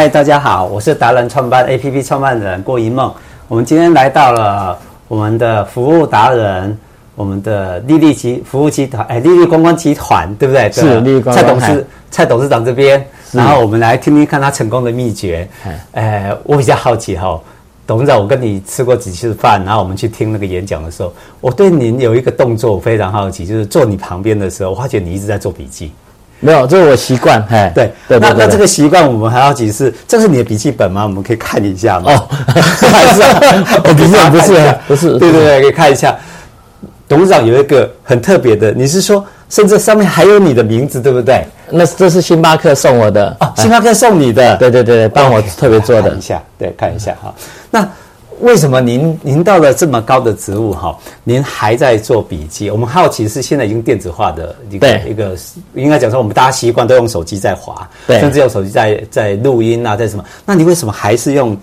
嗨，大家好，我是达人创办 APP 创办人郭一梦。我们今天来到了我们的服务达人，我们的丽丽集服务集团，哎，丽丽观光集团，对不对？是的丽丽观光蔡董哎事，蔡董事长这边，然后我们来听听看他成功的秘诀。哎，我比较好奇哈、董事长，我跟你吃过几次饭，然后我们去听那个演讲的时候，我对您有一个动作我非常好奇，就是坐你旁边的时候，我发觉你一直在做笔记。没有，这是我习惯，嘿，对，对那对对那这对个习惯我们还好奇是，这是你的笔记本吗？我们可以看一下吗？哦， 还是啊，我不是不看一是下不是，对对对，可以看一下。董事长有一个很特别的，你是说，甚至上面还有你的名字，对不对？那这是星巴克送我的啊，星巴克送你的，对对对，对帮我 OK，啊特别做的看一，下，对，看一下哈。那为什么您您到了这么高的职务哈，您还在做笔记？我们好奇是现在已经电子化的一个对一个，应该讲说我们大家习惯都用手机在滑，对甚至用手机在在录音啊，在什么？那你为什么还是用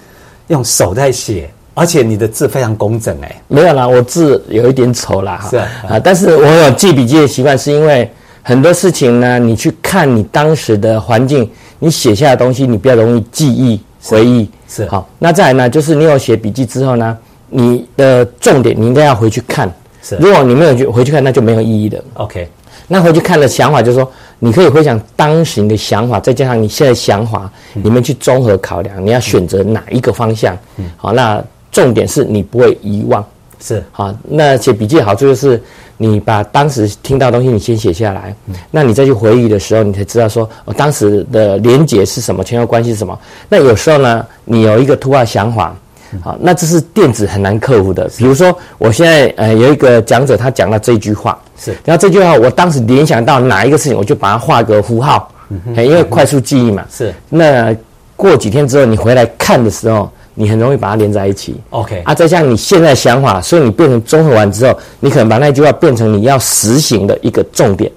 用手在写？而且你的字非常工整哎、没有啦，我字有一点丑啦，哈是啊啊，但是我有记笔记的习惯，是因为很多事情呢，你去看你当时的环境，你写下的东西，你比较容易记忆回忆，是啊好。那再来呢，就是你有写笔记之后呢，你的重点你应该要回去看，是啊如果你没有去回去看，那就没有意义的。 OK，那回去看的想法就是说，你可以回想当时你的想法，再加上你现在想法，你们去综合考量，你要选择哪一个方向。好，那重点是你不会遗忘。是好，那写笔记的好处就是，你把当时听到的东西你先写下来，嗯那你再去回忆的时候，你才知道说，哦，当时的连结是什么，前后关系是什么。那有时候呢，你有一个突发想法，嗯好，那这是电子很难克服的。比如说，我现在呃有一个讲者，他讲了这句话，是然后这句话我当时联想到哪一个事情，我就把它画个符号，嗯哎因为快速记忆嘛。是那过几天之后，你回来看的时候，你很容易把它连在一起。 OK 啊，再加上你现在想法，所以你变成综合完之后，你可能把那句话变成你要实行的一个重点。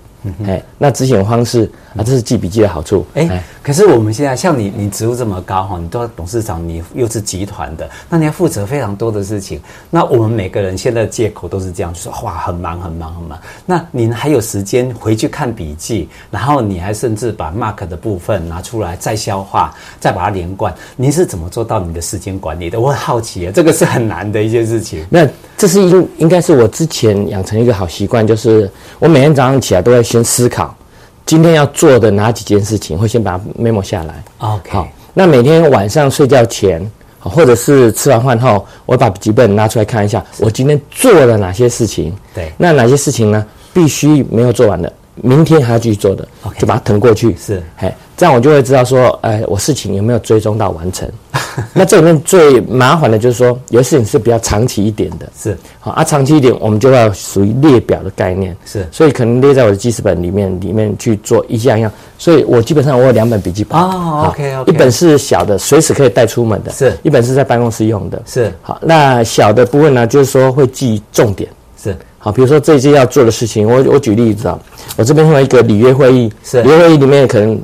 哎，那执行的方式啊，这是记笔记的好处。哎、可是我们现在像你，你职务这么高哈，你都要董事长，你又是集团的，那你要负责非常多的事情。那我们每个人现在的借口都是这样，就说哇很忙很忙很忙。那您还有时间回去看笔记，然后你还甚至把 mark 的部分拿出来再消化，再把它连贯。您是怎么做到你的时间管理的？我很好奇耶，啊这个是很难的一件事情。那这是应应该是我之前养成一个好习惯，就是我每天早上起来都会先思考今天要做的哪几件事情，会先把它 memo 下来。 OK，好，那每天晚上睡觉前，好或者是吃完饭后，我把笔记本拿出来看一下，我今天做了哪些事情。对那哪些事情呢？必须没有做完的，明天还要继续做的 OK 就把它腾过去。是哎，这样我就会知道说，哎，我事情有没有追踪到完成。 那这里面最麻烦的就是说，有些事情是比较长期一点的。是好啊，长期一点，我们就要属于列表的概念，是所以可能列在我的记事本里面，里面去做一项一样。所以我基本上我有两本笔记本哦好 OK，OK 一本是小的，随时可以带出门的，是一本是在办公室用的，是好。那小的部分呢，就是说会记重点，是好，比如说这一季要做的事情，我我举例子啊，我这边会有一个里约会议，是里约会议里面可能，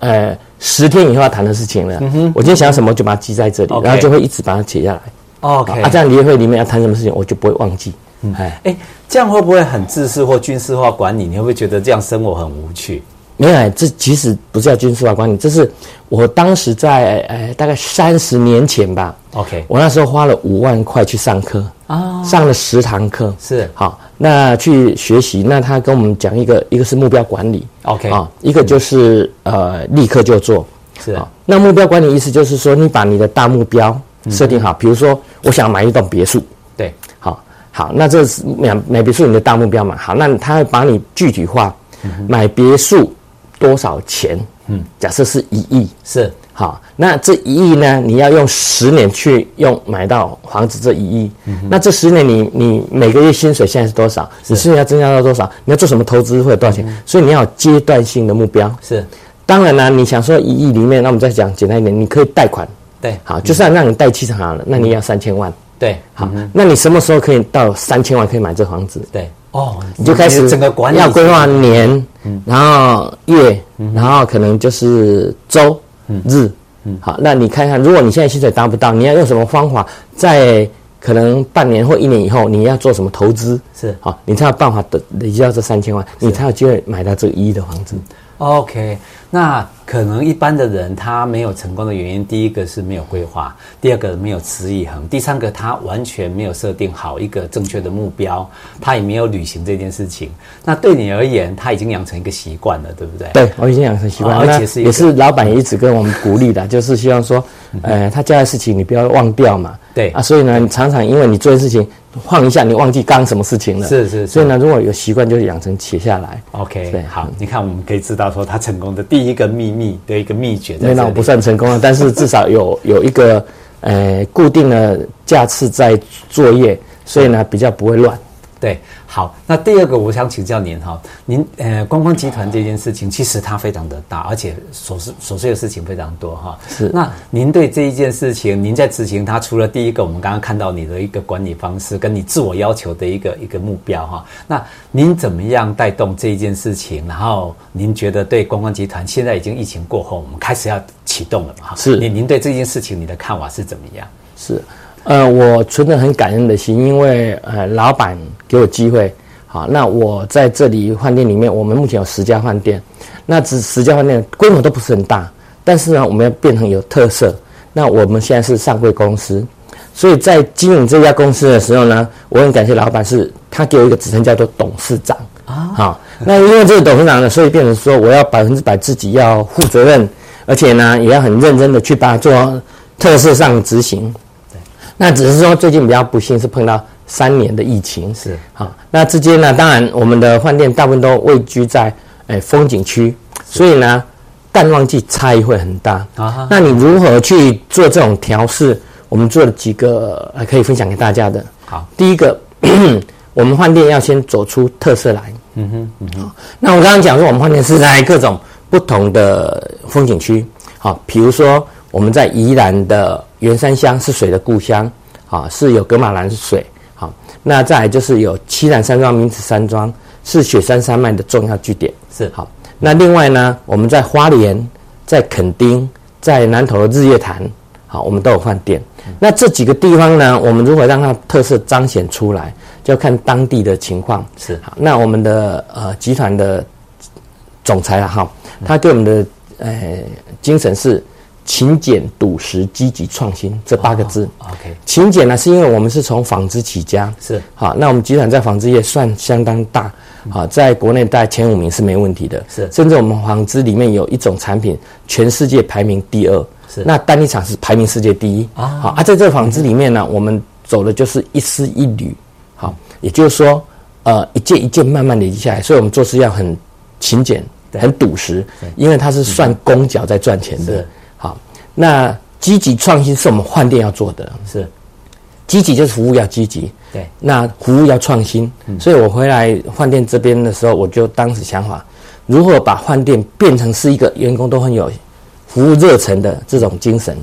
呃，十天以后要谈的事情了，我今天想要什么就把它记在这里，嗯 OK 哎然后就会里一直把它写下来。 OK，啊，这样例会里面要谈什么事情，我就不会忘记。哎，哎，这样会不会很自私或军事化管理？你会不会觉得这样生活很无趣？没有，哎这其实不是要军事化管理，这是我当时在呃大概三十年前吧。 OK 我那时候花了五万块去上课啊，上了十堂课是好，那去学习。那他跟我们讲一个，一个是目标管理 OK 啊，一个就是呃立刻就做是好那目标管理意思就是说，你把你的大目标嗯设定好，比如说我想买一栋别墅，对，好好，那这是买买别墅你的大目标嘛？好，那他会把你具体化，嗯买别墅多少钱？嗯，假设是一亿，是好，那这一亿呢，你要用十年去用买到房子这一亿，那这十年你你每个月薪水现在是多少？你是要增加到多少？你要做什么投资会有多少钱？所以你要有阶段性的目标。是，当然啦、你想说一亿里面，那我们再讲简单一点，你可以贷款，对，好，就算让你贷七成好了，那你也要三千万。对，好，那你什么时候可以到三千万可以买这房子？对，哦，你就开始整个管理嗯要规划年，然后月，然后可能就是周、日。嗯好，那你看看，如果你现在薪水达不到，你要用什么方法，在可能半年或一年以后，你要做什么投资？是好，你才有办法的累积到这三千万，你才有机会买到这个一亿的房子。 OK，那可能一般的人他没有成功的原因，第一个是没有规划，第二个没有持以恒，第三个他完全没有设定好一个正确的目标，他也没有履行这件事情。那对你而言，他已经养成一个习惯了，对不对？对，我已经养成习惯哦了。而那且是一个嗯也是老板也一直跟我们鼓 励的，就是希望说，呃，他交代事情你不要忘掉嘛。对啊，所以呢，你常常因为你做的事情晃一下，你忘记刚刚什么事情了。是是是所以呢，如果有习惯，就养成写下来。 OK，对好，你看我们可以知道说他成功的第一个秘密的一个秘诀在那这我里不。算成功了，啊但是至少有有一个呃固定的架次在作业，所以呢比较不会乱。对，好，那第二个我想请教您哈，您呃观光集团这件事情其实它非常的大，而且琐事琐碎的事情非常多哈。是那您对这一件事情，您在执行它，除了第一个我们刚刚看到你的一个管理方式，跟你自我要求的一个一个目标哈，那您怎么样带动这一件事情？然后您觉得对观光集团现在已经疫情过后，我们开始要启动了嘛？哈是您您对这件事情你的看法是怎么样？是，呃，我存着很感恩的心，因为呃，老板给我机会，好，那我在这里饭店里面，我们目前有十家饭店，那只十家饭店规模都不是很大，但是呢，我们要变成有特色。那我们现在是上柜公司，所以在经营这家公司的时候呢，我很感谢老板是，他给我一个职称叫做董事长啊。好，那因为这个董事长呢，所以变成说我要百分之百自己要负责任，而且呢，也要很认真的去把它做特色上的执行。那只是说最近比较不幸是碰到三年的疫情，是好。那之间呢，当然我们的饭店大部分都位居在诶、呃风景区，所以呢，淡旺季差异会很大。啊哈那你如何去做这种调试？我们做了几个呃可以分享给大家的。好，第一个， 我们饭店要先走出特色来。嗯哼，嗯哼。那我刚刚讲说，我们饭店是在各种不同的风景区，好，比如说我们在宜兰的员山乡是水的故乡，啊，是有格马兰水，好，那再来就是有七兰山庄、明子山庄是雪山山脉的重要据点，是好。那另外呢，我们在花莲、在垦丁、在南投的日月潭，好，我们都有饭店。那这几个地方呢，我们如何让它特色彰显出来，就要看当地的情况。是好，那我们的呃集团的总裁了哈，他给我们的呃精神是勤俭笃实、积极创新这八个字。 OK，勤俭呢，是因为我们是从纺织起家，是嗯好，那我们集团在纺织业算相当大，好，在国内大概前五名是没问题的，是甚至我们纺织里面有一种产品，全世界排名第二，是那单一厂是排名世界第一啊好啊，在这个纺织里面呢，我们走的就是一丝一缕，好，也就是说，呃，一件一件慢慢累积下来，所以我们做事要很勤俭，对嗯很笃实，因为它是算工脚在赚钱的是，好，那积极创新是我们换店要做的，是，积极就是服务要积极，对，那服务要创新，所以我回来饭店这边的时候，我就当时想法，如何把饭店变成是一个员工都很有服务热忱的这种精神。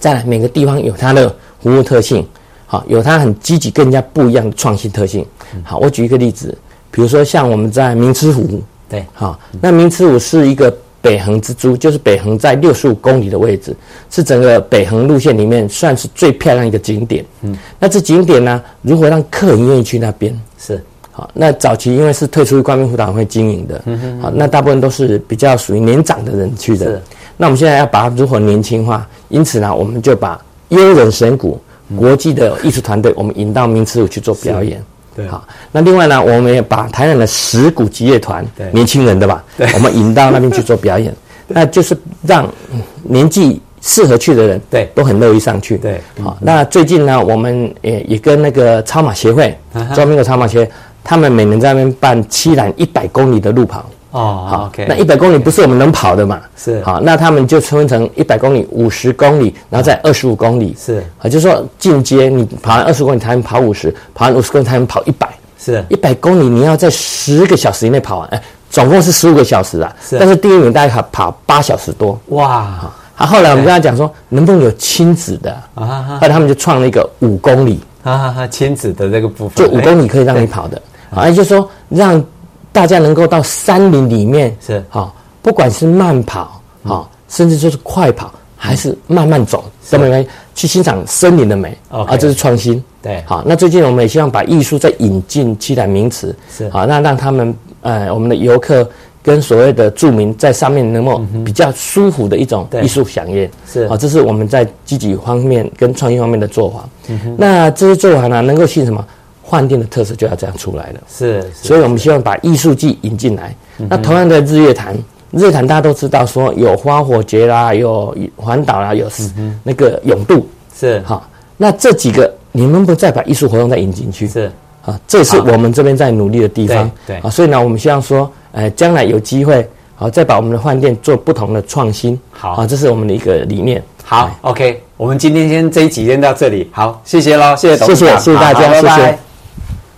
再来，每个地方有它的服务特性，好，有它很积极、跟人家不一样的创新特性。好，我举一个例子，比如说像我们在明知湖，对，好，那明池五是一个北横之珠，就是北横在六十五公里的位置，是整个北横路线里面算是最漂亮一个景点。嗯，那这景点呢，如何让客人愿意去那边？是好，那早期因为是退出于官民辅导会经营的，好，那大部分都是比较属于年长的人去是的。那我们现在要把它如何年轻化？因此呢，我们就把悠人神谷国际的艺术团队，我们引到明池舞去做表演。对好，那另外呢，我们也把台南的石鼓吉乐团对，年轻人的吧，我们引到那边去做表演，那就是让嗯年纪适合去的人，对都很乐意上去。对好，那最近呢，我们也也跟那个超马协会啊哈，中民的超马协会，他们每年在那边办七兰一百公里的路跑。哦，OK，那一百公里不是我们能跑的嘛？是好，那他们就分成一百公里、五十公里，然后再二十五公里。是啊，就是说进阶，你跑完二十公里才能跑五十，跑完五十公里才能跑一百。是一百公里你要在十个小时以内跑完，哎，总共是十五个小时啊。是但是第一名大概跑八小时多。哇啊，后来我们跟他讲说，能不能有亲子的啊？啊哦哈后来他们就创了一个五公里，哈哈哈，亲子的这个部分，哎就五公里可以让你跑的，啊，也就是说让大家能够到山林里面是嗯好、不管是慢跑好，甚至就是快跑，还是慢慢走都没关系，去欣赏森林的美 OK 啊，这是创新。对好，啊那最近我们也希望把艺术再引进七大名词，啊是好，那让他们呃我们的游客跟所谓的著名在上面能够比较舒服的一种嗯对艺术响应。是啊，这是我们在积极方面跟创意方面的做法。嗯那这些做法呢，能够吸引什么？换店的特色就要这样出来了。是是所以我们希望把艺术季引进来。嗯那同样的日月潭，日月潭大家都知道，说有花火节啦，有环岛啦，有嗯那个永渡，是好，那这几个你们不再把艺术活动再引进去，是啊，这也是好我们这边在努力的地方。对对啊，所以呢，我们希望说，呃，将来有机会，好、再把我们的饭店做不同的创新。好啊，这是我们的一个理念。好，OK，我们今天先这一集先到这里，好，谢谢喽，谢谢董事谢谢长，谢谢大好家好拜谢谢拜。